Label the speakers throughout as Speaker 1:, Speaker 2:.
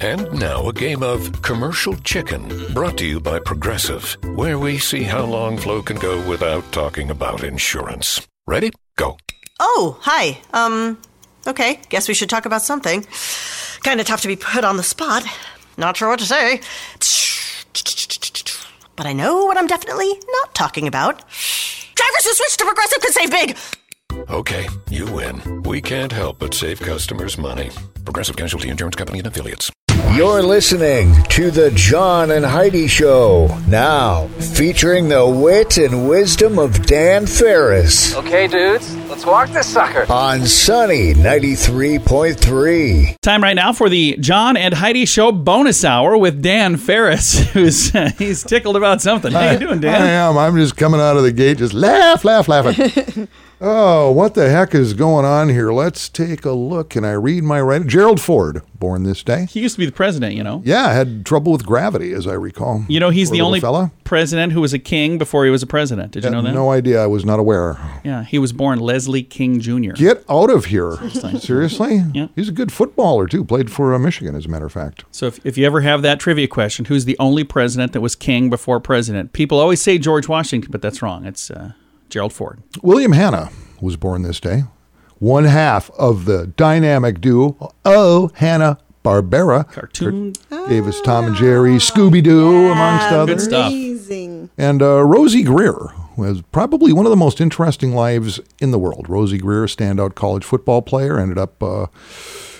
Speaker 1: And now a game of commercial chicken brought to you by Progressive, where we see how long Flo can go without talking about insurance. Ready? Go.
Speaker 2: Oh, hi. Um, okay. Guess we should talk about something. Kind of tough to be put on the spot. Not sure what to say. But I know what I'm definitely not talking about. Drivers who switch to Progressive can save big.
Speaker 1: Okay, you win. We can't help but save customers money. Progressive Casualty Insurance Company and affiliates.
Speaker 3: You're listening to the John and Heidi Show now, featuring the wit and wisdom of Dan Ferris
Speaker 4: Okay, dudes, let's walk this sucker.
Speaker 3: on Sunny 93.3.
Speaker 5: Time right now for the John and Heidi Show bonus hour with Dan Ferris, who's he's tickled about something. How you doing,
Speaker 6: I
Speaker 5: Dan?
Speaker 6: am. I'm just coming out of the gate, just laugh, laugh, laughing. oh, what the heck is going on here? Let's take a look. Can I read my writing? Gerald Ford, born this day.
Speaker 5: He used to be the president, you know.
Speaker 6: Yeah, had trouble with gravity, as I recall.
Speaker 5: You know, he's
Speaker 6: Poor
Speaker 5: the
Speaker 6: little
Speaker 5: only
Speaker 6: fella. Uh,
Speaker 5: president who was a king before he was a president. Did you know that?
Speaker 6: No idea. I was not aware.
Speaker 5: Yeah, he was born Leslie King Jr.
Speaker 6: Get out of here! Seriously?
Speaker 5: Yeah.
Speaker 6: He's a good footballer too. Played for uh, Michigan, as a matter of fact.
Speaker 5: So if, if you ever have that trivia question, who's the only president that was king before president? People always say George Washington, but that's wrong. It's uh, Gerald Ford.
Speaker 6: William Hanna was born this day. One half of the dynamic duo Oh Hanna Barbera.
Speaker 5: Cartoon.
Speaker 6: Gave us Tom and Jerry, Scooby Doo, amongst
Speaker 5: Good
Speaker 6: others.
Speaker 5: stuff.
Speaker 7: Amazing.
Speaker 6: And uh, Rosie Greer, who has probably one of the most interesting lives in the world. Rosie Greer, standout college football player, ended up uh,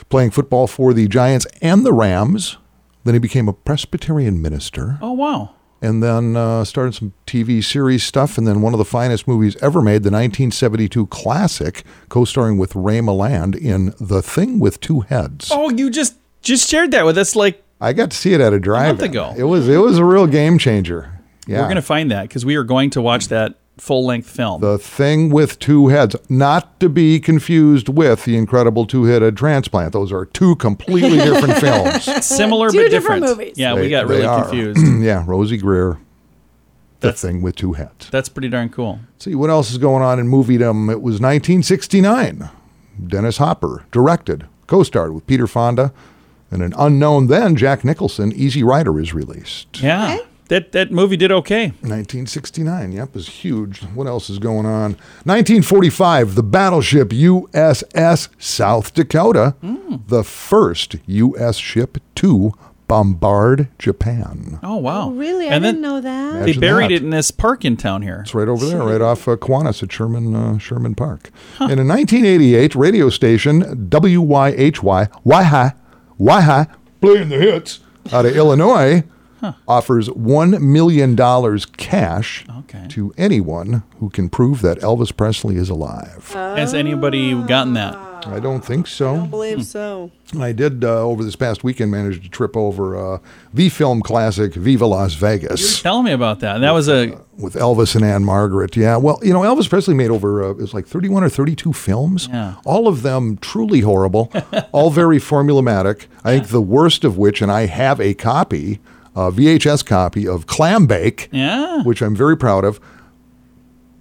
Speaker 6: playing football for the Giants and the Rams. Then he became a Presbyterian minister
Speaker 5: Oh, wow.
Speaker 6: and then uh, started some TV series stuff, and then one of the finest movies ever made, the 1972 classic, co-starring with Ray Milland in *The Thing with Two Heads*.
Speaker 5: Oh, you just just shared that with us like
Speaker 6: I got to see it at a drive.
Speaker 5: ago.
Speaker 6: It was it was a real game changer. Yeah,
Speaker 5: We're going to find that because we are going to watch that full length film.
Speaker 6: *The Thing with Two Heads*, not to be confused with *The Incredible Two-Headed Transplant*. Those are two completely different films.
Speaker 5: Similar
Speaker 7: Two
Speaker 5: but
Speaker 7: different
Speaker 5: different.
Speaker 7: movies.
Speaker 5: Yeah,
Speaker 6: They-
Speaker 5: we got
Speaker 6: they
Speaker 5: really
Speaker 6: are.
Speaker 5: confused.
Speaker 6: yeah, Rosie Greer, *The
Speaker 5: That's-
Speaker 6: Thing with Two Heads*.
Speaker 5: That's pretty darn cool.
Speaker 6: See what else is going on in moviedom. It was 1969. Dennis Hopper directed, co-starred with Peter Fonda and an unknown then Jack Nicholson. Easy Rider is released.
Speaker 5: Yeah. That that movie did okay.
Speaker 6: 1969. Yep, is huge. What else is going on? 1945. The battleship USS South Dakota,
Speaker 5: Hmm.
Speaker 6: the first U.S. ship to bombard Japan.
Speaker 5: Oh wow.
Speaker 7: Really? I
Speaker 5: And then
Speaker 7: didn't know that.
Speaker 5: They
Speaker 6: Imagine
Speaker 5: buried
Speaker 6: that.
Speaker 5: it in this park in town here.
Speaker 6: It's right over there, right off uh, Kiwanis at Sherman uh, Sherman Park. And in 1988, radio station WYHY YHI YHI playing the hits out of Illinois offers one million dollars cash
Speaker 5: Okay.
Speaker 6: to anyone who can prove that Elvis Presley is alive.
Speaker 5: Has anybody gotten
Speaker 7: Ah.
Speaker 5: that?
Speaker 6: I don't think so.
Speaker 5: Hmm.
Speaker 7: believe so.
Speaker 6: I did uh, over this past weekend manage to trip over uh, the film classic Viva Las Vegas.
Speaker 5: Tell me about that. That was a
Speaker 6: with Elvis and Anne Margaret. Yeah, well, you know, Elvis Presley made over uh, it was like 31 or 32 films.
Speaker 5: Yeah.
Speaker 6: All of them truly horrible, all very formulaic. I think the worst of which, and I have a copy, a VHS copy of Clam Bake,
Speaker 5: yeah.
Speaker 6: which I'm very proud of.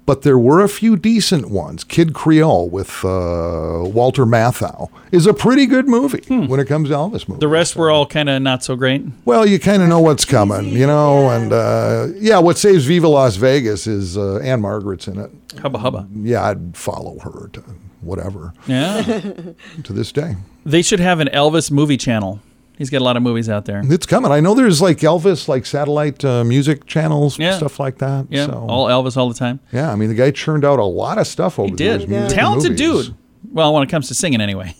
Speaker 6: But there were a few decent ones. Kid Creole with uh, Walter Matthau is a pretty good movie when it comes to Elvis movies.
Speaker 5: Hmm. The rest were all kind of not so great.
Speaker 6: Well, you kind of know what's coming, you know, and uh, yeah, what saves Viva Las Vegas is uh, Anne Margaret's in it.
Speaker 5: Hubba hubba.
Speaker 6: Yeah, I'd follow her to whatever
Speaker 5: Yeah.
Speaker 6: to this day.
Speaker 5: they should have an Elvis movie channel. He's got a lot of movies out there.
Speaker 6: It's coming. I know there's like Elvis, like satellite uh, music channels,
Speaker 5: Yeah.
Speaker 6: stuff like that.
Speaker 5: Yeah.
Speaker 6: so,
Speaker 5: All Elvis all the time.
Speaker 6: yeah. I mean, the guy churned out a lot of stuff over
Speaker 5: He
Speaker 6: the years.
Speaker 5: did.
Speaker 6: music and
Speaker 5: Talented
Speaker 6: movies.
Speaker 5: dude. Well, when it comes to singing, anyway.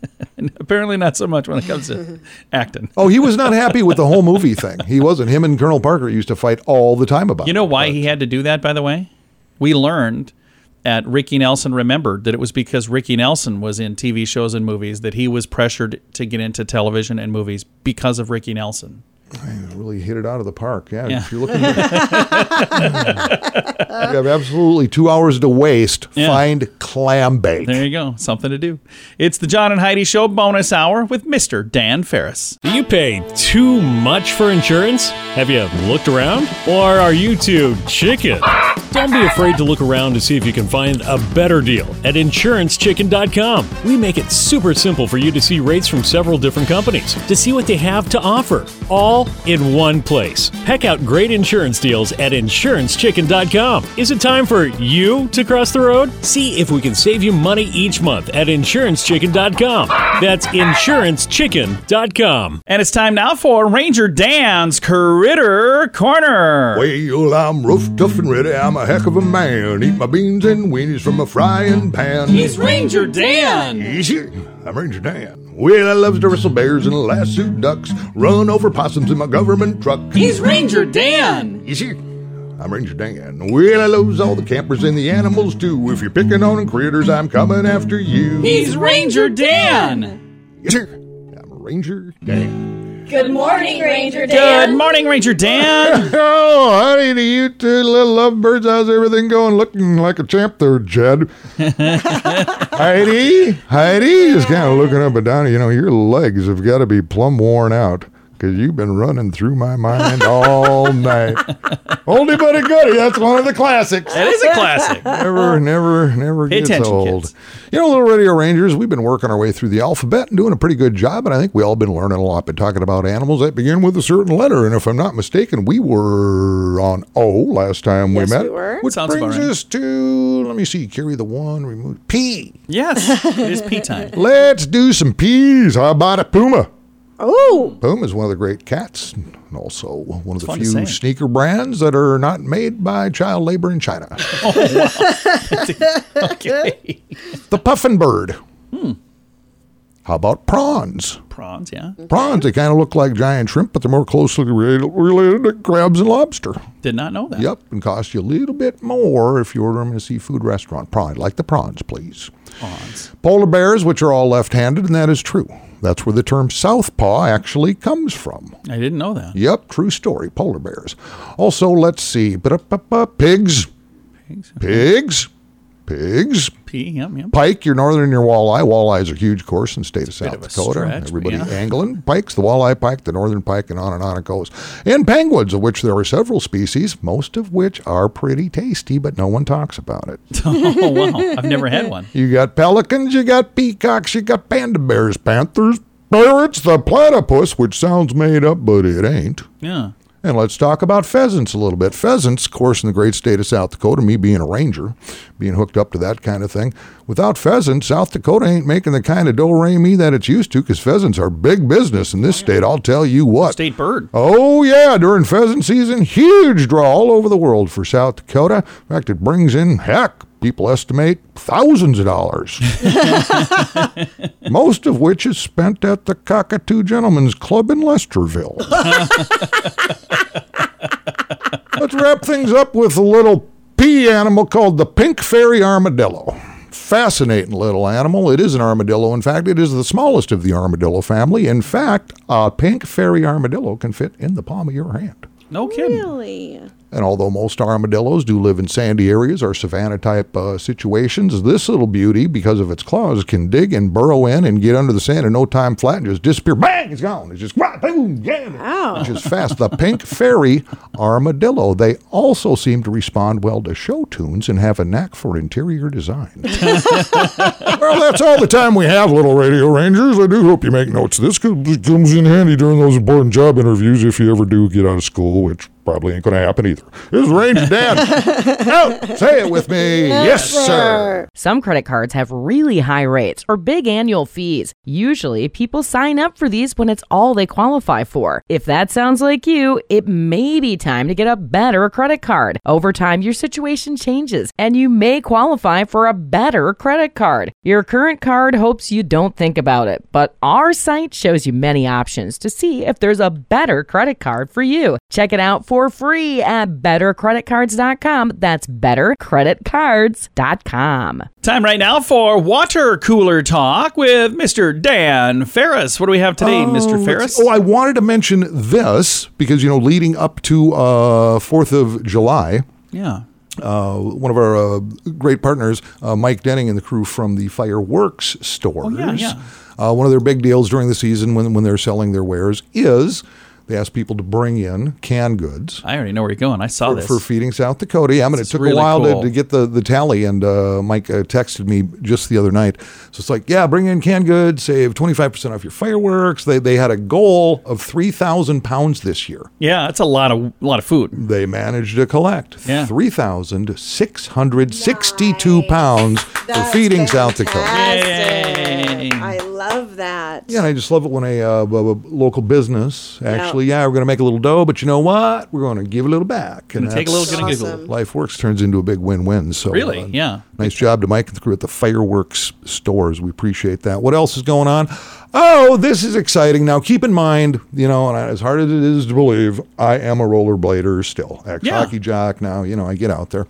Speaker 5: Apparently, not so much when it comes to acting.
Speaker 6: Oh, he was not happy with the whole movie thing. He wasn't. Him and Colonel Parker used to fight all the time about.
Speaker 5: You know
Speaker 6: it,
Speaker 5: why
Speaker 6: but-
Speaker 5: he had to do that, by the way? We learned at Ricky Nelson Remembered that it was because Ricky Nelson was in TV shows and movies that he was pressured to get into television and movies because of Ricky Nelson.
Speaker 6: really hit it out of the park. Yeah,
Speaker 5: Yeah.
Speaker 6: if you're looking, to, you have absolutely two hours to waste.
Speaker 5: Yeah.
Speaker 6: Find clam bake.
Speaker 5: There you go. Something to do. It's the John and Heidi Show bonus hour with Mr. Dan Ferris.
Speaker 8: Do you pay too much for insurance? Have you looked around? Or are you too chicken?
Speaker 7: Don't be afraid to look around to see if you can find a better deal at insurancechicken.com. We make it super simple for you to see rates from several different companies to see what they have to offer, all in one place. Heck out great insurance deals at insurancechicken.com. Is it time for you to cross the road? See if we can save you money each month at insurancechicken.com. That's insurancechicken.com.
Speaker 5: And it's time now for Ranger Dan's Critter Corner.
Speaker 6: Well, I'm roast, tough, and ready. I'm a heck of a man. Eat my beans and weenies from a frying pan.
Speaker 5: Ranger Dan.
Speaker 6: Easier. I'm Ranger Dan. Well, I loves to wrestle bears and lasso ducks, run over possums in my government truck.
Speaker 5: Ranger Dan.
Speaker 6: Easier. I'm Ranger Dan. Well, I loves all the campers and the animals too. If you're picking on critters, I'm coming after you.
Speaker 5: Ranger Dan.
Speaker 6: Easier. I'm Ranger Dan.
Speaker 8: Good morning, Ranger
Speaker 5: Good
Speaker 8: Dan.
Speaker 5: morning, Ranger Dan.
Speaker 6: Oh, honey, do you two little lovebirds, how's everything going? Looking like a champ there, Jed. Heidi, Heidi is kind of looking up and down. You know, your legs have got to be plumb worn out because you've been running through my mind all night. Oldie but a goodie. That's one of the classics.
Speaker 5: that is a classic.
Speaker 6: Never, never, never
Speaker 5: Pay
Speaker 6: gets
Speaker 5: attention,
Speaker 6: old.
Speaker 5: kids.
Speaker 6: You know, little radio rangers, we've been working our way through the alphabet and doing a pretty good job, and I think we all been learning a lot. Been talking about animals that begin with a certain letter, and if I'm not mistaken, we were on O last time
Speaker 8: Yes,
Speaker 6: we met,
Speaker 8: we were.
Speaker 6: which
Speaker 5: Sounds about
Speaker 6: brings
Speaker 5: right.
Speaker 6: us to let me see, carry the one, remove P.
Speaker 5: Yes, it is pea time.
Speaker 6: Let's do some P's. How about a puma?
Speaker 8: Oh,
Speaker 6: Puma is one of the great cats, and also one of the
Speaker 5: fun to say.
Speaker 6: few sneaker brands that are not made by child labor in China.
Speaker 5: Oh, Okay. Hmm.
Speaker 6: The puffin bird. How about prawns?
Speaker 5: Prawns, yeah.
Speaker 6: Prawns, they kind of look like giant shrimp, but they're more closely re- related to crabs and lobster.
Speaker 5: Did not know that.
Speaker 6: Yep, and cost you a little bit more if you order them in a seafood restaurant. Prawn, like the prawns, please.
Speaker 5: Prawns.
Speaker 6: Polar bears, which are all left handed, and that is true. That's where the term southpaw actually comes from.
Speaker 5: I didn't know that.
Speaker 6: Yep, true story. Polar bears. Also, let's see. ba-da-ba-ba, Pigs.
Speaker 5: Pigs.
Speaker 6: Pigs. Pigs.
Speaker 5: Pea, yep, yep.
Speaker 6: Pike, your northern, your walleye. Walleyes are huge, of course, in the state of South
Speaker 5: bit of a
Speaker 6: Dakota.
Speaker 5: stretch, but
Speaker 6: Everybody
Speaker 5: yeah.
Speaker 6: angling pikes, the walleye pike, the northern pike, and on and on it goes. And penguins, of which there are several species, most of which are pretty tasty, but no one talks about it.
Speaker 5: Oh, wow. I've never had one.
Speaker 6: you got pelicans, you got peacocks, you got panda bears, panthers, parrots, the platypus, which sounds made up, but it ain't.
Speaker 5: Yeah.
Speaker 6: And let's talk about pheasants a little bit. Pheasants, of course, in the great state of South Dakota, me being a ranger, being hooked up to that kind of thing. Without pheasants, South Dakota ain't making the kind of do re mi that it's used to because pheasants are big business in this state. I'll tell you what.
Speaker 5: State bird.
Speaker 6: Oh, yeah, during pheasant season, huge draw all over the world for South Dakota. In fact, it brings in, heck, people estimate thousands of dollars. Most of which is spent at the Cockatoo Gentlemen's Club in Lesterville. Let's wrap things up with a little pea animal called the pink fairy armadillo. Fascinating little animal. It is an armadillo. In fact, it is the smallest of the armadillo family. In fact, a pink fairy armadillo can fit in the palm of your hand.
Speaker 5: No kidding.
Speaker 8: really?
Speaker 6: And although most armadillos do live in sandy areas or savanna type uh, situations, this little beauty, because of its claws, can dig and burrow in and get under the sand in no time flat and just disappear. Bang! It's gone. It's just wah, boom, yeah.
Speaker 8: Wow.
Speaker 6: Which is fast. The pink fairy armadillo. They also seem to respond well to show tunes and have a knack for interior design. well, that's all the time we have, little Radio Rangers. I do hope you make notes of this because it comes in handy during those important job interviews if you ever do get out of school, which probably ain't going to happen either. This is Ranger Dan. out! Say it with me. Yes, sir.
Speaker 9: Some credit cards have really high rates or big annual fees. Usually, people sign up for these when it's all they qualify for. If that sounds like you, it may be time to get a better credit card. Over time, your situation changes and you may qualify for a better credit card. Your current card hopes you don't think about it, but our site shows you many options to see if there's a better credit card for you. Check it out for free at bettercreditcards.com. That's bettercreditcards.com.
Speaker 5: Time right now for water cooler talk with Mr. Dan Ferris. What do we have today, Mr. Ferris?
Speaker 6: Oh, I wanted to mention this because, you know, leading up to uh, 4th of July,
Speaker 5: yeah.
Speaker 6: uh, one of our uh, great partners, uh, Mike Denning and the crew from the Fireworks stores.
Speaker 5: Oh, yeah, yeah.
Speaker 6: Uh, one of their big deals during the season when, when they're selling their wares is They asked people to bring in canned goods
Speaker 5: I already know where you're going. I saw
Speaker 6: for,
Speaker 5: this.
Speaker 6: for feeding South Dakota. Yeah, I mean,
Speaker 5: This
Speaker 6: it
Speaker 5: is
Speaker 6: took a
Speaker 5: really
Speaker 6: while
Speaker 5: cool.
Speaker 6: to, to get the, the tally, and uh, Mike uh, texted me just the other night. So it's like, yeah, bring in canned goods, save 25% off your fireworks. They, they had a goal of 3,000 pounds this year.
Speaker 5: yeah, that's a lot of a lot of food.
Speaker 6: They managed to collect
Speaker 5: Yeah.
Speaker 6: 3,662 pounds for
Speaker 10: That's
Speaker 6: feeding South Dakota.
Speaker 10: fantastic.
Speaker 5: Yay.
Speaker 10: I love that.
Speaker 6: Yeah, and I just love it when a, uh, b- b- local business actually, yeah, we're going to make a little dough, but you know what? We're going to give a little back. And
Speaker 5: Gonna take a
Speaker 6: that's-
Speaker 5: little gonna giggle.
Speaker 10: awesome.
Speaker 6: Life Works turns into a big win-win. So
Speaker 5: Really?
Speaker 6: uh,
Speaker 5: Yeah.
Speaker 6: Nice job to Mike and the crew at the fireworks stores. We appreciate that. What else is going on? Oh, this is exciting. Now keep in mind, you know, and I- as hard as it is to believe, I am a rollerblader still. Ex
Speaker 5: Yeah.
Speaker 6: hockey jock. Now you know I get out there,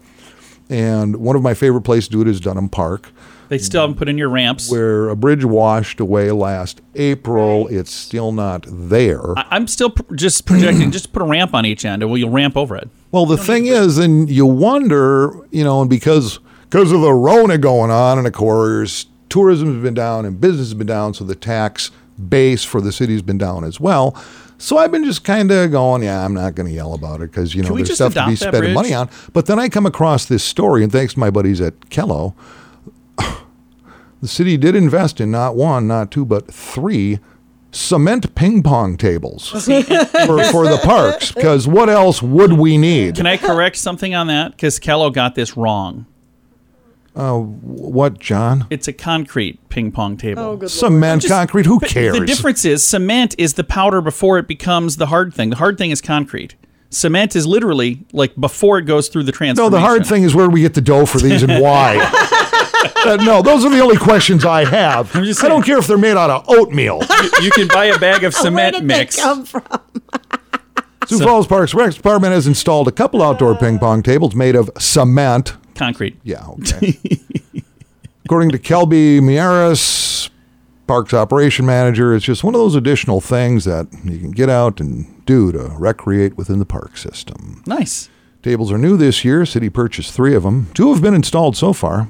Speaker 6: and one of my favorite places to do it is Dunham Park.
Speaker 5: They still haven't put in your ramps.
Speaker 6: Where a bridge washed away last April, it's still not there.
Speaker 5: I- I'm still pr- just projecting. just put a ramp on each end, and well, you'll ramp over it.
Speaker 6: Well, the thing is, and you wonder, you know, and because because of the Rona going on, and of course, tourism has been down and business has been down, so the tax base for the city has been down as well. So I've been just kind of going, yeah, I'm not going to yell about it because you know
Speaker 5: we
Speaker 6: there's
Speaker 5: just
Speaker 6: stuff to be
Speaker 5: adopt that
Speaker 6: spending
Speaker 5: bridge?
Speaker 6: money on. But then I come across this story, and thanks to my buddies at Kello, the city did invest in not one, not two, but three cement ping pong tables for, for the parks. Because what else would we need?
Speaker 5: Can I correct something on that? Because Kello got this wrong.
Speaker 6: What, John?
Speaker 5: It's a concrete ping pong table.
Speaker 10: Oh, good
Speaker 6: Cement, concrete, who
Speaker 5: But
Speaker 6: cares?
Speaker 5: The difference is cement is the powder before it becomes the hard thing. The hard thing is concrete. Cement is literally like before it goes through the
Speaker 6: no,
Speaker 5: transformation.
Speaker 6: the hard thing is where we get the dough for these and why. Uh, no, those are the only questions I have.
Speaker 5: just
Speaker 6: I
Speaker 5: saying.
Speaker 6: don't care if they're made out of oatmeal.
Speaker 5: You can buy a bag of
Speaker 10: Where
Speaker 5: cement
Speaker 10: did
Speaker 5: mix.
Speaker 10: they come from?
Speaker 6: Sioux Falls Parks Rec Department has installed a couple outdoor ping pong tables made of cement.
Speaker 5: Concrete.
Speaker 6: Yeah, okay. According to Kelby Mieris, Parks Operation Manager, it's just one of those additional things that you can get out and do to recreate within the park system.
Speaker 5: Nice.
Speaker 6: Tables are new this year. City purchased three of them. Two have been installed so far.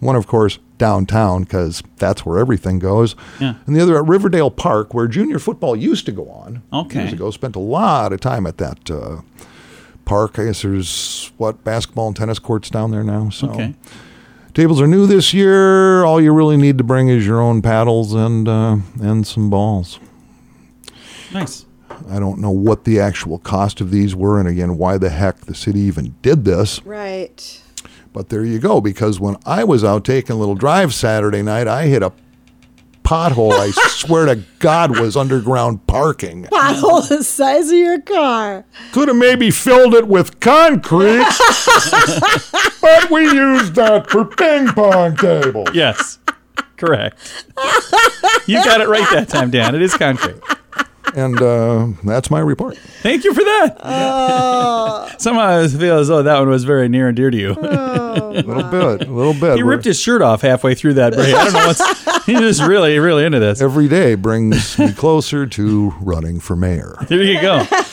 Speaker 6: One, of course, downtown, because that's where everything goes.
Speaker 5: Yeah.
Speaker 6: And the other at Riverdale Park, where junior football used to go on.
Speaker 5: Okay.
Speaker 6: Years ago, spent a lot of time at that uh, park. I guess there's, what, basketball and tennis courts down there now. So
Speaker 5: Okay.
Speaker 6: tables are new this year. All you really need to bring is your own paddles and, uh, and some balls.
Speaker 5: Nice.
Speaker 6: I don't know what the actual cost of these were, and again, why the heck the city even did this.
Speaker 10: Right.
Speaker 6: But there you go, because when I was out taking a little drive Saturday night, I hit a pothole. I swear to God, was underground parking.
Speaker 10: Bottle the size of your car.
Speaker 6: Could have maybe filled it with concrete, but we used that for ping pong tables.
Speaker 5: Yes. Correct. you got it right that time, Dan. It is concrete.
Speaker 6: And uh, that's my report.
Speaker 5: Thank you for that. Somehow I feel as though that one was very near and dear to you.
Speaker 6: A little bit, a little bit.
Speaker 5: he ripped his shirt off halfway through that break. I don't know what's. He's just really, really into this.
Speaker 6: Every day brings me closer to running for mayor.
Speaker 5: There you go. I-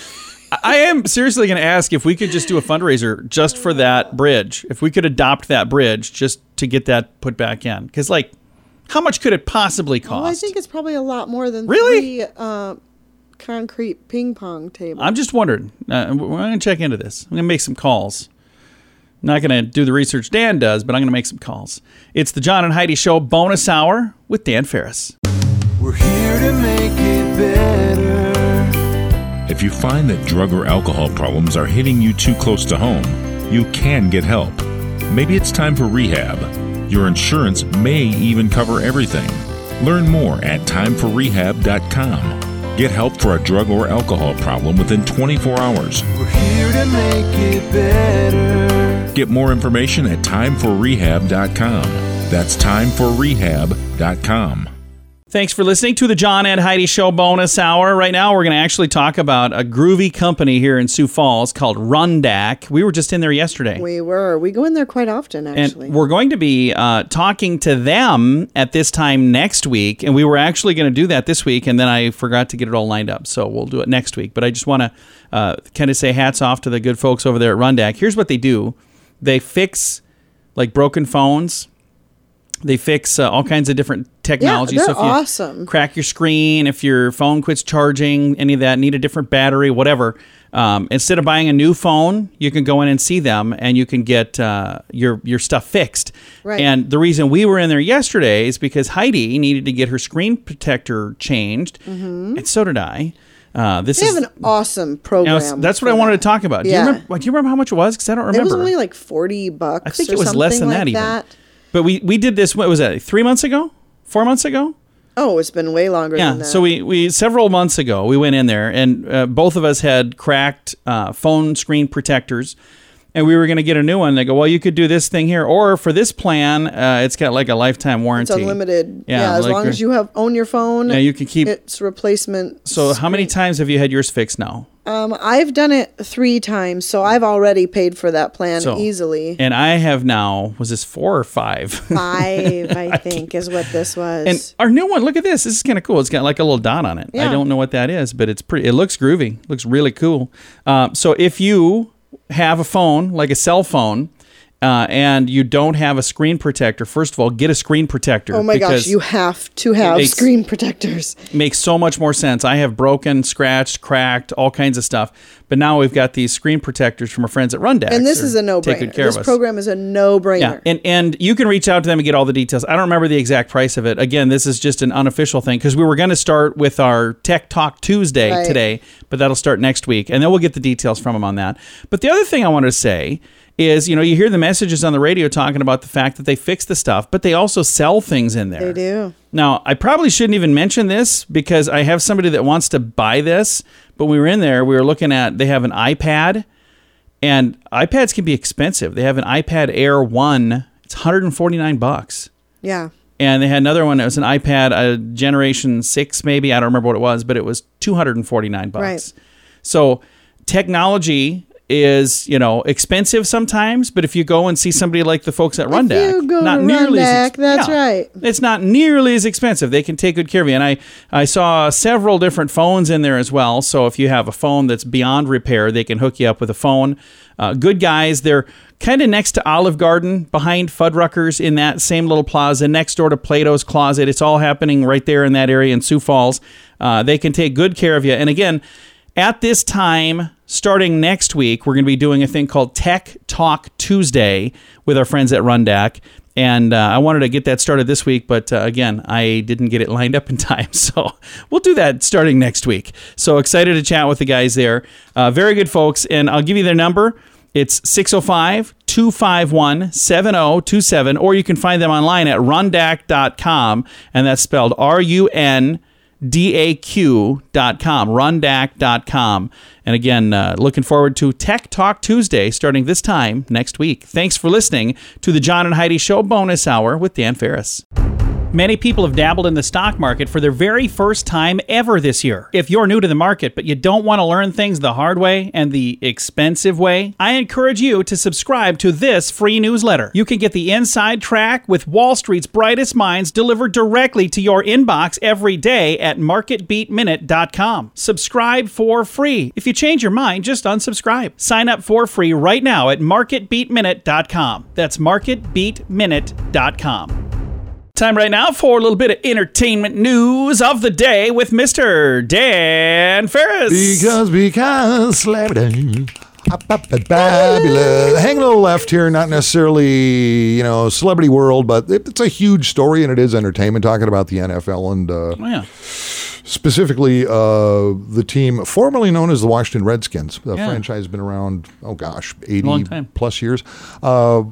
Speaker 5: I am seriously going to ask if we could just do a fundraiser just for that bridge. If we could adopt that bridge just to get that put back in, because like, how much could it possibly cost?
Speaker 10: Well, I think it's probably a lot more than
Speaker 5: Really?
Speaker 10: three uh, concrete ping pong tables.
Speaker 5: I'm just wondering. Uh, we're going to check into this. I'm going to make some calls. Not going to do the research Dan does, but I'm going to make some calls. It's the John and Heidi Show bonus hour with Dan Ferris.
Speaker 4: We're here to make it better.
Speaker 11: If you find that drug or alcohol problems are hitting you too close to home, you can get help. Maybe it's time for rehab. Your insurance may even cover everything. Learn more at timeforrehab.com. Get help for a drug or alcohol problem within 24 hours.
Speaker 4: We're here to make it better.
Speaker 11: Get more information at timeforrehab.com. That's timeforrehab.com.
Speaker 5: Thanks for listening to the John and Heidi Show bonus hour. Right now, we're going to actually talk about a groovy company here in Sioux Falls called Rundack. We were just in there yesterday.
Speaker 10: we were. We go in there quite often,
Speaker 5: and
Speaker 10: actually.
Speaker 5: we're going to be uh, talking to them at this time next week. And we were actually going to do that this week, and then I forgot to get it all lined up. So we'll do it next week. But I just want to uh, kind of say hats off to the good folks over there at Rundack. Here's what they do they fix like broken phones They fix uh, all kinds of different technology.
Speaker 10: Yeah,
Speaker 5: so
Speaker 10: they're
Speaker 5: if you
Speaker 10: awesome.
Speaker 5: crack your screen, if your phone quits charging, any of that, need a different battery, whatever. Um, instead of buying a new phone, you can go in and see them, and you can get uh, your your stuff fixed.
Speaker 12: Right.
Speaker 5: And the reason we were in there yesterday is because Heidi needed to get her screen protector changed,
Speaker 10: Mm-hmm.
Speaker 5: and so did I. Uh, this
Speaker 10: they
Speaker 5: is
Speaker 10: have an awesome
Speaker 5: now,
Speaker 10: program.
Speaker 5: s- that's what I wanted to talk about. Do
Speaker 10: Yeah.
Speaker 5: you remember? Do you remember how much it was? Because I don't
Speaker 10: It was
Speaker 5: remember.
Speaker 10: only like forty bucks.
Speaker 5: I think
Speaker 10: or
Speaker 5: it was less
Speaker 10: something
Speaker 5: than that
Speaker 10: like
Speaker 5: even. But we we did this. What was that? Three months ago? Four months ago?
Speaker 10: Oh, it's been way longer
Speaker 5: yeah.
Speaker 10: than that.
Speaker 5: So we we several months ago we went in there and uh, both of us had cracked uh, phone screen protectors. And we were going to get a new one. They go, well, you could do this thing here, or for this plan, uh, it's got like a lifetime
Speaker 10: it's
Speaker 5: warranty.
Speaker 10: unlimited.
Speaker 5: Yeah,
Speaker 10: Yeah, as
Speaker 5: like
Speaker 10: long
Speaker 5: your-
Speaker 10: as you have own your phone.
Speaker 5: Yeah, you can keep-
Speaker 10: its replacement.
Speaker 5: So, how many times have you had yours fixed now?
Speaker 10: Um, I've done it three times, so I've already paid for that plan
Speaker 5: So-
Speaker 10: easily.
Speaker 5: And I have now. Was this four or five?
Speaker 10: Five, I think, is what this was.
Speaker 5: And our new one, look at this. This is kind of cool. It's got like a little dot on it. I
Speaker 10: Yeah.
Speaker 5: don't know what that is, but it's pretty. It looks groovy. Looks really cool. Um, so if you have a phone, like a cell phone, uh, and you don't have a screen protector, first of all, get a screen protector.
Speaker 10: oh my gosh,
Speaker 5: because
Speaker 10: you have to have
Speaker 5: makes-
Speaker 10: screen protectors.
Speaker 5: it Makes so much more sense. I have broken, scratched, cracked, all kinds of stuff. But now we've got these screen protectors from our friends at Rundex.
Speaker 10: and this
Speaker 5: They're
Speaker 10: is a no-brainer.
Speaker 5: Taking care
Speaker 10: this
Speaker 5: of us.
Speaker 10: program is a no-brainer.
Speaker 5: Yeah, and and you can reach out to them and get all the details. I don't remember the exact price of it. Again, this is just an unofficial thing because we were going to start with our Tech Talk Tuesday
Speaker 13: Right.
Speaker 5: today, but that'll start next week, and then we'll get the details from them on that. But the other thing I wanted to say is, you know, you hear the messages on the radio talking about the fact that they fix the stuff, but they also sell things in there.
Speaker 10: They do.
Speaker 5: Now, I probably shouldn't even mention this because I have somebody that wants to buy this, but we were in there, we were looking at, they have an iPad, and iPads can be expensive. They have an iPad Air 1, it's 149 bucks.
Speaker 10: Yeah.
Speaker 5: And they had another one that was an iPad, a generation 6 maybe, I don't remember what it was, but it was 249 bucks.
Speaker 10: Right.
Speaker 5: So, technology is, you know, expensive sometimes, but if you go and see somebody like the folks at Rundeck,
Speaker 10: You go
Speaker 5: not
Speaker 10: to
Speaker 5: nearly as
Speaker 10: Rundeck,
Speaker 5: ex-
Speaker 10: that's
Speaker 5: Yeah.
Speaker 10: right.
Speaker 5: It's not nearly as expensive. They can take good care of you. And I, I saw several different phones in there as well. So if you have a phone that's beyond repair, they can hook you up with a phone. Uh, good guys. They're kind of next to Olive Garden, behind Fuddruckers in that same little plaza, next door to Plato's Closet. It's all happening right there in that area in Sioux Falls. Uh, they can take good care of you. And again, at this time, starting next week, we're going to be doing a thing called Tech Talk Tuesday with our friends at Rundack. And uh, I wanted to get that started this week, but uh, again, I didn't get it lined up in time. So we'll do that starting next week. So excited to chat with the guys there. Uh, very good folks. And I'll give you their number. It's 605 251 7027, or you can find them online at rundack.com, and that's spelled R U N DAQ.com, rundack.com. And again, uh, looking forward to Tech Talk Tuesday starting this time next week. Thanks for listening to the John and Heidi Show bonus hour with Dan Ferris. Many people have dabbled in the stock market for their very first time ever this year. If you're new to the market but you don't want to learn things the hard way and the expensive way, I encourage you to subscribe to this free newsletter. You can get the inside track with Wall Street's brightest minds delivered directly to your inbox every day at marketbeatminute.com. Subscribe for free. If you change your mind, just unsubscribe. Sign up for free right now at marketbeatminute.com. That's marketbeatminute.com. Time right now for a little bit of entertainment news of the day with Mr. Dan Ferris.
Speaker 6: Because, because, celebrity. Up, up, up, Fabulous. Hang a little left here, not necessarily, you know, celebrity world, but it- it's a huge story and it is entertainment talking about the NFL and uh,
Speaker 5: Oh, yeah.
Speaker 6: specifically uh, the team formerly known as the Washington Redskins. The
Speaker 5: Yeah.
Speaker 6: franchise has been around, oh gosh, 80
Speaker 5: Long time.
Speaker 6: plus years. Uh,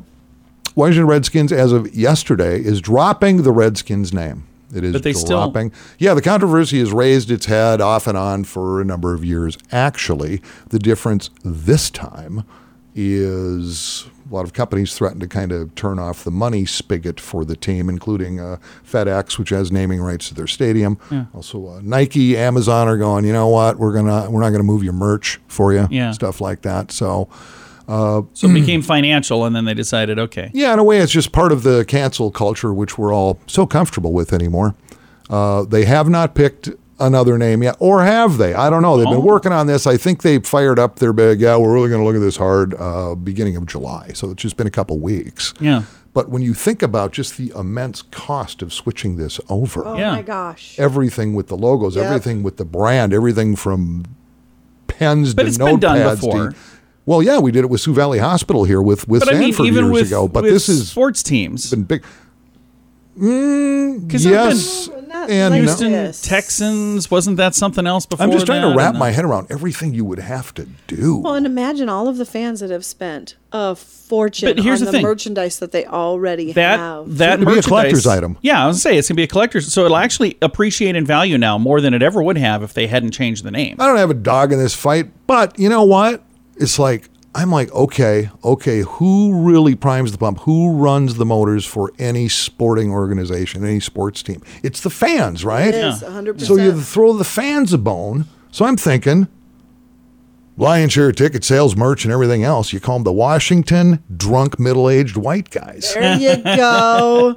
Speaker 6: Washington Redskins, as of yesterday, is dropping the Redskins name. It is
Speaker 5: But they still-
Speaker 6: dropping. Yeah, the controversy has raised its head off and on for a number of years. Actually, the difference this time is a lot of companies threatened to kind of turn off the money spigot for the team, including uh, FedEx, which has naming rights to their stadium.
Speaker 5: Yeah.
Speaker 6: Also, uh, Nike, Amazon are going. You know what? We're gonna we're not gonna move your merch for you.
Speaker 5: Yeah.
Speaker 6: stuff like that. So. Uh,
Speaker 5: So it became financial, and then they decided, okay.
Speaker 6: yeah, in a way, it's just part of the cancel culture, which we're all so comfortable with anymore. Uh, they have not picked another name yet, or have they? I don't know. They've
Speaker 5: Oh.
Speaker 6: been working on this. I think they fired up their big, yeah, we're really going to look at this hard uh, beginning of July. So it's just been a couple weeks.
Speaker 5: Yeah.
Speaker 6: But when you think about just the immense cost of switching this over,
Speaker 10: Oh my gosh.
Speaker 6: everything with the logos,
Speaker 10: Yep.
Speaker 6: everything with the brand, everything from pens
Speaker 5: But
Speaker 6: to
Speaker 5: it's been
Speaker 6: notepads.
Speaker 5: done
Speaker 6: to-
Speaker 5: before.
Speaker 6: well, yeah, we did it with Sioux Valley Hospital here with with
Speaker 5: But I mean,
Speaker 6: Sanford
Speaker 5: even
Speaker 6: years
Speaker 5: with-
Speaker 6: ago. But
Speaker 5: with
Speaker 6: this is
Speaker 5: sports teams
Speaker 6: been big. Mm,
Speaker 5: 'Cause I've
Speaker 6: yes,
Speaker 5: been-
Speaker 6: and no.
Speaker 5: Houston Texans wasn't that something else before?
Speaker 6: I'm just trying
Speaker 5: that?
Speaker 6: to wrap
Speaker 5: And, uh,
Speaker 6: my head around everything you would have to do.
Speaker 10: Well, and imagine all of the fans that have spent a fortune
Speaker 5: But here's
Speaker 10: on
Speaker 5: the
Speaker 10: the,
Speaker 5: thing.
Speaker 10: merchandise that they already
Speaker 5: that
Speaker 10: have.
Speaker 5: that
Speaker 6: gonna be a
Speaker 5: merchandise-
Speaker 6: collector's item.
Speaker 5: Yeah, I was gonna say it's gonna be a collector's. So it'll actually appreciate in value now more than it ever would have if they hadn't changed the name.
Speaker 6: I don't have a dog in this fight, but you know what? It's like I'm like, okay, okay, who really primes the pump? Who runs the motors for any sporting organization, any sports team? It's the fans, right?
Speaker 10: It is, Yeah. 100%.
Speaker 6: So you throw the fans a bone. So I'm thinking lion share of ticket sales, merch, and everything else. You call them the Washington drunk middle-aged white guys.
Speaker 10: There you go.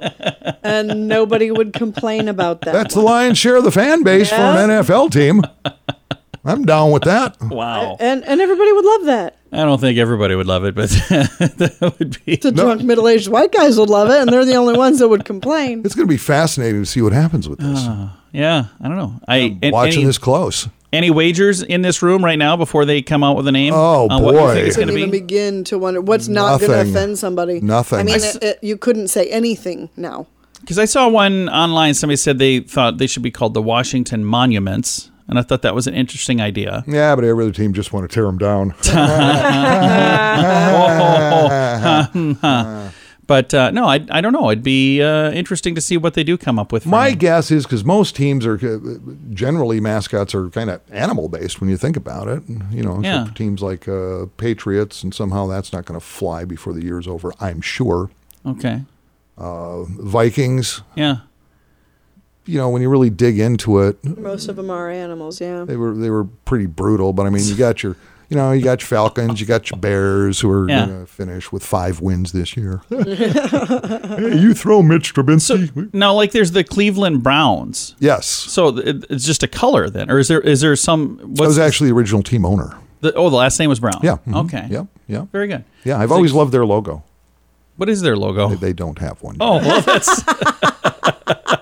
Speaker 10: and nobody would complain about that.
Speaker 6: That's the lion's share of the fan base for
Speaker 10: Yeah.
Speaker 6: an NFL team. I'm down with that.
Speaker 5: Wow.
Speaker 10: and and everybody would love that.
Speaker 5: I don't think everybody would love it, but that would be
Speaker 10: The drunk middle-aged white guys would love it, and they're the only ones that would complain.
Speaker 6: It's going to be fascinating to see what happens with this.
Speaker 5: yeah. I don't know. I and
Speaker 6: Watching
Speaker 5: any,
Speaker 6: this close.
Speaker 5: Any wagers in this room right now before they come out with a name?
Speaker 6: Oh,
Speaker 5: on What you
Speaker 6: boy.
Speaker 5: think it's
Speaker 10: couldn't
Speaker 5: gonna
Speaker 10: even
Speaker 5: be?
Speaker 10: begin to wonder what's not going
Speaker 6: Nothing.
Speaker 10: to offend somebody.
Speaker 6: Nothing.
Speaker 10: I mean,
Speaker 6: I
Speaker 5: s-
Speaker 10: it, it, you couldn't say anything now.
Speaker 5: Because I saw one online. Somebody said they thought they should be called the Washington Monuments, and I thought that was an interesting idea.
Speaker 6: Yeah, but every other team just want to tear them down.
Speaker 5: But uh, no, I, I don't know. It'd be uh, interesting to see what they do come up with. for
Speaker 6: My
Speaker 5: me.
Speaker 6: guess is because most teams are uh, generally mascots are kind of animal based when you think about it. You know, except
Speaker 5: Yeah.
Speaker 6: for teams like uh, Patriots, and somehow that's not going to fly before the year's over, I'm sure.
Speaker 5: Okay.
Speaker 6: Vikings,
Speaker 5: Yeah.
Speaker 6: you know, when you really dig into it,
Speaker 10: Most of them are animals. Yeah.
Speaker 6: they were they were pretty brutal. But I mean, you got your you know you got your Falcons, you got your Bears, who are
Speaker 5: Yeah.
Speaker 6: going to finish with five wins this year. hey, you throw Mitch Trubinsky.
Speaker 5: Now, like, there's the Cleveland Browns.
Speaker 6: yes,
Speaker 5: So it, it's just a color then, or is there is there some? What's
Speaker 6: I was actually the original team owner.
Speaker 5: the, oh, the last name was Brown.
Speaker 6: Yeah. mhm,
Speaker 5: Okay.
Speaker 6: Yeah. Yeah.
Speaker 5: Very good.
Speaker 6: Yeah. I've always loved their logo.
Speaker 5: What is their logo?
Speaker 6: They- They don't have one.
Speaker 5: Oh, well, that's.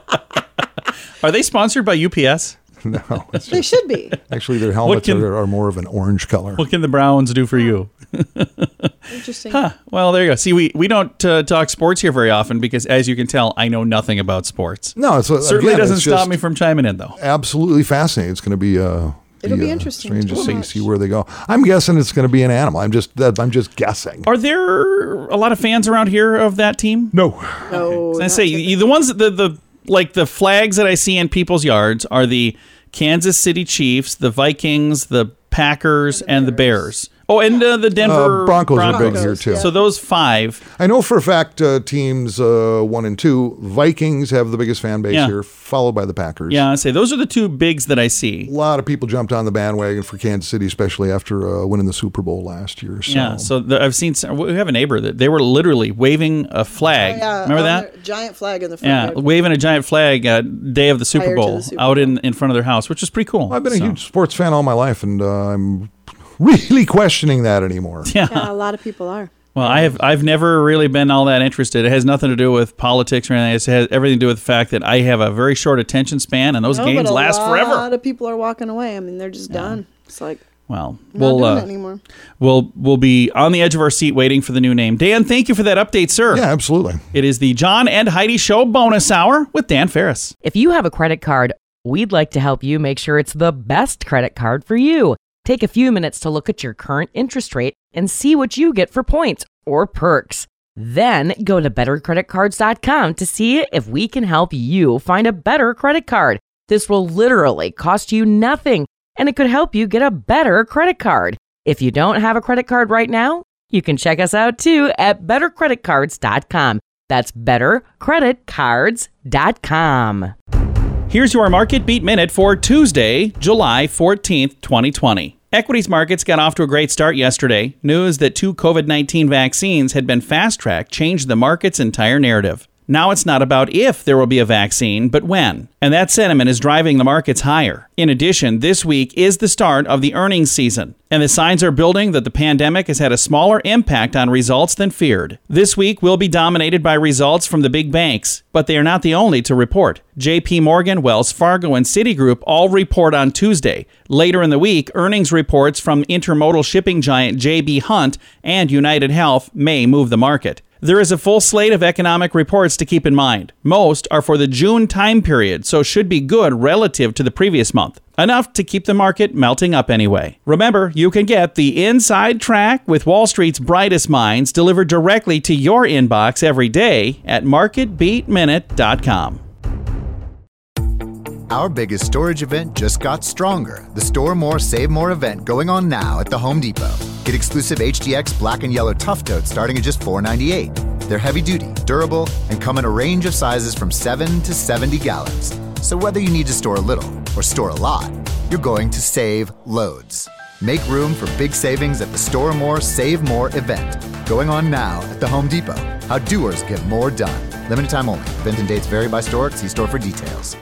Speaker 5: Are they sponsored by UPS?
Speaker 6: no. It's
Speaker 10: They should be.
Speaker 6: actually, their helmets
Speaker 5: can-
Speaker 6: are, are more of an orange color.
Speaker 5: What can the Browns do for you?
Speaker 10: Interesting.
Speaker 5: Well, there you go. See, we we don't uh, talk sports here very often because, as you can tell, I know nothing about sports.
Speaker 6: No, it's
Speaker 5: Certainly
Speaker 6: again,
Speaker 5: doesn't
Speaker 6: it's
Speaker 5: stop
Speaker 6: just
Speaker 5: me from chiming in, though.
Speaker 6: Absolutely fascinating. It's going to be. Uh,
Speaker 10: It'll be interesting
Speaker 6: Strange
Speaker 10: to
Speaker 6: to see,
Speaker 10: watch.
Speaker 6: see where they go. I'm guessing it's going to be an animal. I'm just that, I'm just guessing.
Speaker 5: Are there a lot of fans around here of that team?
Speaker 6: No,
Speaker 10: No.
Speaker 5: I
Speaker 10: Oh, not
Speaker 5: say
Speaker 10: chicken.
Speaker 5: you- the ones that the the like the flags that I see in people's yards are the Kansas City Chiefs, the Vikings, the Packers, and the Bears. Oh, and uh, the Denver
Speaker 6: Uh, Broncos, are big
Speaker 10: Broncos,
Speaker 6: here too.
Speaker 10: yeah.
Speaker 5: So those five.
Speaker 6: I know for a fact uh, teams uh, one and two Vikings have the biggest fan base
Speaker 5: Yeah.
Speaker 6: here, followed by the Packers.
Speaker 5: Yeah, I say those are the two bigs that I
Speaker 6: A
Speaker 5: see.
Speaker 6: lot of people jumped on the bandwagon for Kansas City, especially after uh, winning the Super Bowl last year. So.
Speaker 10: Oh.
Speaker 5: Yeah, so the, I've seen. some- We have a neighbor that they were literally waving a flag.
Speaker 10: Oh, Yeah,
Speaker 5: Remember
Speaker 10: on
Speaker 5: that?
Speaker 10: their Giant flag in the front.
Speaker 5: Yeah,
Speaker 10: yard.
Speaker 5: waving a giant flag uh, day of the Super
Speaker 10: Prior to the
Speaker 5: Bowl
Speaker 10: Super
Speaker 5: out in in front of their house, which is pretty cool.
Speaker 6: I've been a
Speaker 5: So,
Speaker 6: huge sports fan all my life, and uh, I'm really questioning that anymore.
Speaker 10: yeah. A lot of people are.
Speaker 5: Well, I have I've never really been all that interested. It has nothing to do with politics or anything. It has everything to do with the fact that I have a very short attention span, and those
Speaker 10: No,
Speaker 5: games
Speaker 10: Oh, but a
Speaker 5: last
Speaker 10: A lot
Speaker 5: forever.
Speaker 10: of people are walking away. I mean, they're just done. It's like
Speaker 5: Well,
Speaker 10: I'm not
Speaker 5: we'll
Speaker 10: doing
Speaker 5: uh,
Speaker 10: it anymore.
Speaker 5: we'll we'll be on the edge of our seat waiting for the new name. Dan, thank you for that update, sir.
Speaker 6: Yeah, absolutely.
Speaker 5: It is the John and Heidi Show bonus hour with Dan Ferris.
Speaker 9: If you have a credit card, we'd like to help you make sure it's the best credit card for you. Take a few minutes to look at your current interest rate and see what you get for points or perks. Then go to bettercreditcards.com to see if we can help you find a better credit card. This will literally cost you nothing and it could help you get a better credit card. If you don't have a credit card right now, you can check us out too at bettercreditcards.com. That's bettercreditcards.com.
Speaker 5: Here's your market beat minute for Tuesday, July 14th, 2020. Equities markets got off to a great start yesterday. News that two COVID 19 vaccines had been fast tracked changed the market's entire narrative. Now it's not about if there will be a vaccine, but when. And that sentiment is driving the markets higher. In addition, this week is the start of the earnings season, and the signs are building that the pandemic has had a smaller impact on results than feared. This week will be dominated by results from the big banks, but they are not the only to report. JP Morgan, Wells Fargo, and Citigroup all report on Tuesday. Later in the week, earnings reports from intermodal shipping giant JB Hunt and United Health may move the market. There is a full slate of economic reports to keep in mind. Most are for the June time period, so should be good relative to the previous month. Enough to keep the market melting up anyway. Remember, you can get the inside track with Wall Street's brightest minds delivered directly to your inbox every day at marketbeatminute.com.
Speaker 12: Our biggest storage event just got stronger. The Store More, Save More event going on now at the Home Depot. Get exclusive HDX black and yellow tough totes starting at just $4.98. They're heavy duty, durable, and come in a range of sizes from 7 to 70 gallons. So whether you need to store a little or store a lot, you're going to save loads. Make room for big savings at the Store More, Save More event going on now at the Home Depot. How doers get more done. Limited time only. Event and dates vary by store. See store for details.